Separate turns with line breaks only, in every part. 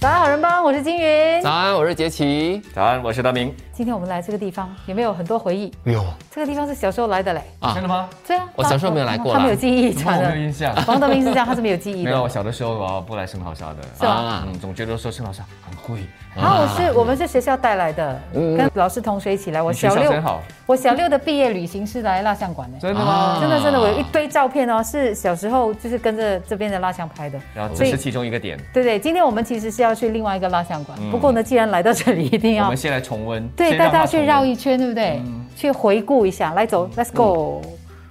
早安好人帮，我是金云。
早安，我是杰奇。
早安，我是大明。
今天我们来这个地方，有没有很多回忆？
有
这个地方是小时候来的嘞。
啊
真的吗？
对啊，
我小时候没有来过啦
他们有记忆
我
传
没有
的。
印象。
王德明是这样，他是没有记忆
没有，
的。
我小的时候我不来圣淘沙的，
吧
啊，
嗯，总觉得说圣淘沙很贵。
然后我
嗯
是我们是学校带来的，跟老师同学一起来。我
你学校
小六
真好，
我小六的毕业旅行是来蜡像馆的。
真的吗？
真的真的，我有一堆照片哦，是小时候就是跟着这边的蜡像拍的。
然后
所
只
以
是其中一个点，
对对，今天我们其实是要去另外一个蜡像
嗯
馆，不过呢，既然来到这里，一定
我
要
们先来重温，
对
先
带
让
大家
它
去
重温
绕一圈，对不对？去回顾一下，来走，Let's go。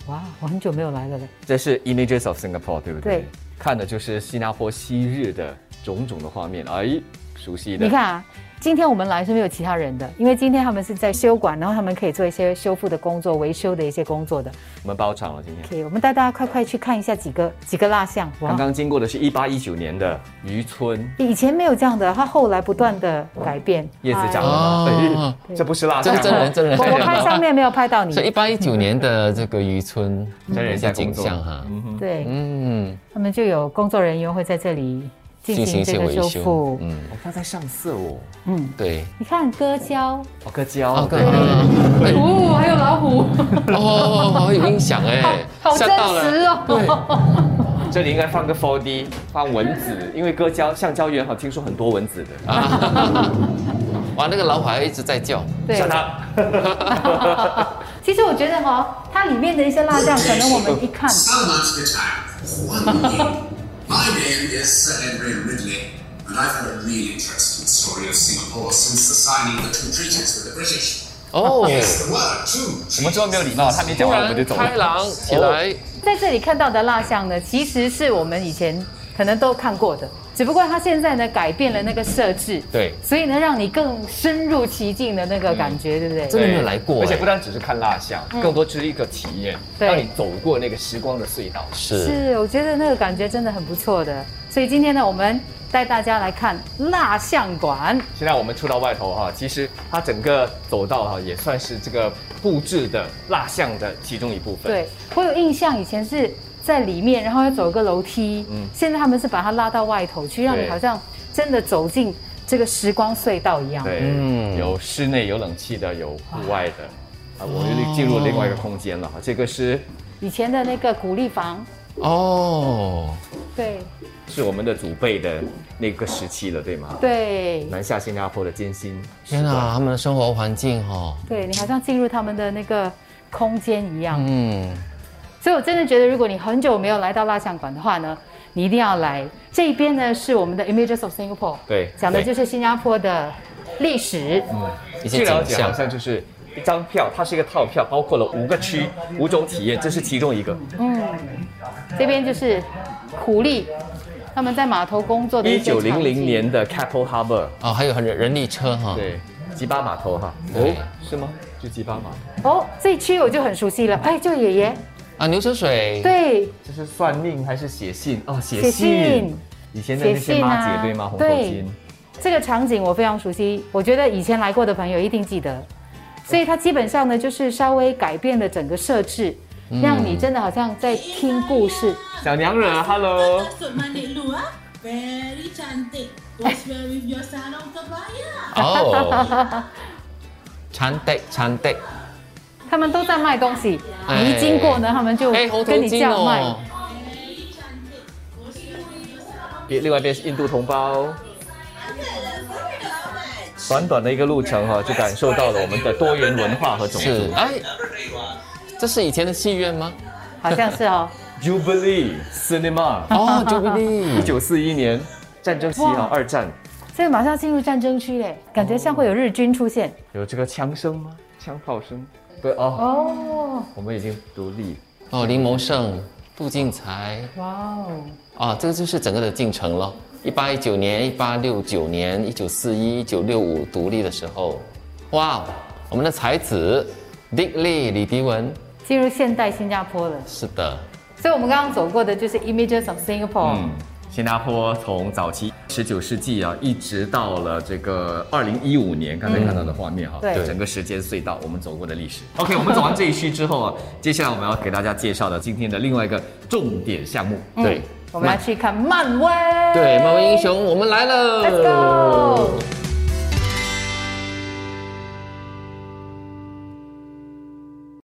哇，嗯我很久没有来了嘞。
这是 Images of Singapore，对不对？
对
看的就是新加坡昔日的种种的画面，哎，熟悉的。
你，看啊，今天我们来是没有其他人的，因为今天他们是在修馆，然后他们可以做一些修复的工作、维修的一些工作的。
我们包场了今天。
可以，我们带大家快快去看一下几个几个蜡像。
刚
哇，
刚经过的是一八一九年的渔村
以前没有这样的，它后来不断的改变。
叶子长
哎
了吗
哦？
哎，这不是蜡像
这是
吗，
真人真人
我我拍上面没有拍到你
所，以一八一九年的这个渔村，
真人
一些
在
景
工作
象哈，
对，
嗯，
他们就有工作人员会在这里进行这个修复。
嗯，
我放在上色哦，
嗯，
对，
你看割胶，
哦，个胶，
哦，
对
更
哦，还有老虎，
哦，有印象哎，
好真实
对
哦。
这里应该放个 4D，放蚊子，因为割胶橡胶原好，听说很多蚊子的。
啊，哇，那个老虎还一直在叫，
对，
像它，
其实我觉得哈、它里面的一些蜡像，可能我们一 看
Salman's guitar. One name. My name is Sir Henry Ridley, and I've heard a really interesting story of Singapore since the signing of the two treaties with the British.
哦，
哎
The word, too.
我们这么没有礼貌，他没讲
突
完我
然
们就走
啊开
了。
朗起来，
在这里看到的蜡像呢，其实是我们以前可能都看过的，只不过它现在呢改变了那个设置，
对
所以呢让你更深入其境的那个感觉，对不对？
嗯真的没有来过
而且
哎嗯
不单只是看蜡像，更多就是一个体验，
对
让你走过那个时光的隧道。
是
是，我觉得那个感觉真的很不错的。所以今天呢，我们带大家来看蜡像馆。
现在我们出到外头哈、其实它整个走道哈、也算是这个布置的蜡像的其中一部分。，
对我有印象，以前是在里面，然后要走个楼梯。嗯，现在他们是把它拉到外头去，让你
对
好像真的走进这个时光隧道一样。
对，
嗯
有室内有冷气的，有户外的。啊，我又进入另外一个空间了哈，这个是
以前的那个古力房，
哦，
对
是我们的祖辈的那个时期了，对吗？
对
南下新加坡的艰辛时
天
光。
啊，他们的生活环境哦，
对，你好像进入他们的那个空间一样。
嗯，
所以我真的觉得，如果你很久没有来到蜡像馆的话呢，你一定要来。这一边呢是我们的 Images of Singapore，
对
讲的就
对
是新加坡的历史。
一些
据了
景
解，好
象，
像就是一张票，它是一个套票，包括了五个区、五种体验，这是其中一个。
这边就是苦力，他们在码头工作的
一
一些
九零
场景
零年的 Keppel Harbour，
哦，还有很人人力车哈，
对，吉巴码头哈。
对
哦，是吗？就吉巴码头，
哦，这一区我就很熟悉了。哎，就爷爷，
啊，牛车水，
对，
这是算命还是写信？哦，
写
写
信
信。以前的那
写
些妈
信啊
姐对吗？红头
对
巾。
这个场景我非常熟悉，我觉得以前来过的朋友一定记得。所以它基本上呢，就是稍微改变了整个设置，让你真的好像在听故事。
小娘惹，Hello。
Masuk Malik Lu ah. Very cantik. Was wear with your sarong kebaya.
哦， 长笛，长笛，
他们都在卖东西，
哎
你一经过呢，他们就
哎，红头
跟你
巾
叫卖。
哦，
别另外一边是印度同胞。短短的一个路程哈、就感受到了我们的多元文化和种
是
族。，
哎，这是以前的戏院吗？
好像是哦，
Jubilee Cinema，
哦 j u b i
一
l
九四一年战争期啊
哇，
二战
所以马上进入战争区嘞，感觉像会有日军出现
有这个枪声吗？枪炮声？对哦，
哦，
我们已经独立。
哦，林谋胜、杜敬才，
哇哦，
哦，这个就是整个的进程咯。一八一九年、一八六九年、一九四一、一九六五独立的时候，哇哦，我们的才子 Dick Lee 李迪文，
进入现代新加坡了。
是的，
所以我们刚刚走过的就是 Images of Singapore，、
嗯，新加坡从早期十九世纪啊，一直到了这个二零一五年，刚才看到的画面哈、
对
整个时间隧道我们走过的历史。OK，我们走完
嗯
这一区之后啊，接下来我们要给大家介绍的今天的另外一个重点项目，
对，我们要去看漫威。
对，漫威英雄，我们来了
Let's go